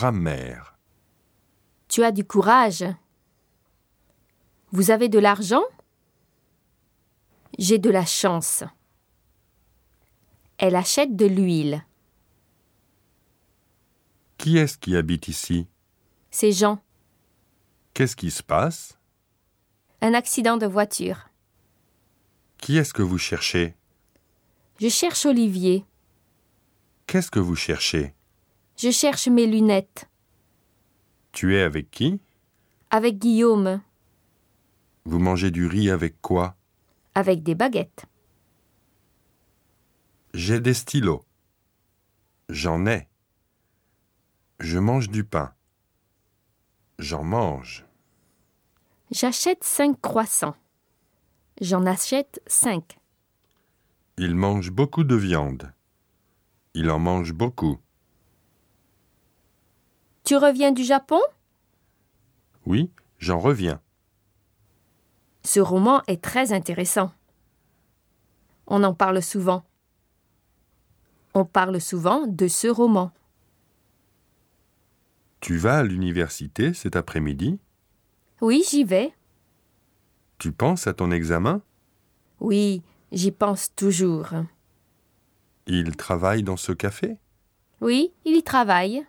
Grammaire. Tu as du courage. Vous avez de l'argent J'ai de la chance. Elle achète de l'huile. Qui est-ce qui habite ici C'est Jean. Qu'est-ce qui se passe Un accident de voiture. Qui est-ce que vous cherchez Je cherche Olivier. Qu'est-ce que vous cherchez Je cherche mes lunettes. Tu es avec qui Avec Guillaume. Vous mangez du riz avec quoi Avec des baguettes. J'ai des stylos. J'en ai. Je mange du pain. J'en mange. J'achète cinq croissants. J'en achète cinq. Il mange beaucoup de viande. Il en mange beaucoup. Tu reviens du Japon Oui, j'en reviens. Ce roman est très intéressant. On en parle souvent. On parle souvent de ce roman. Tu vas à l'université cet après-midi Oui, j'y vais. Tu penses à ton examen Oui, j'y pense toujours. Il travaille dans ce café Oui, il y travaille.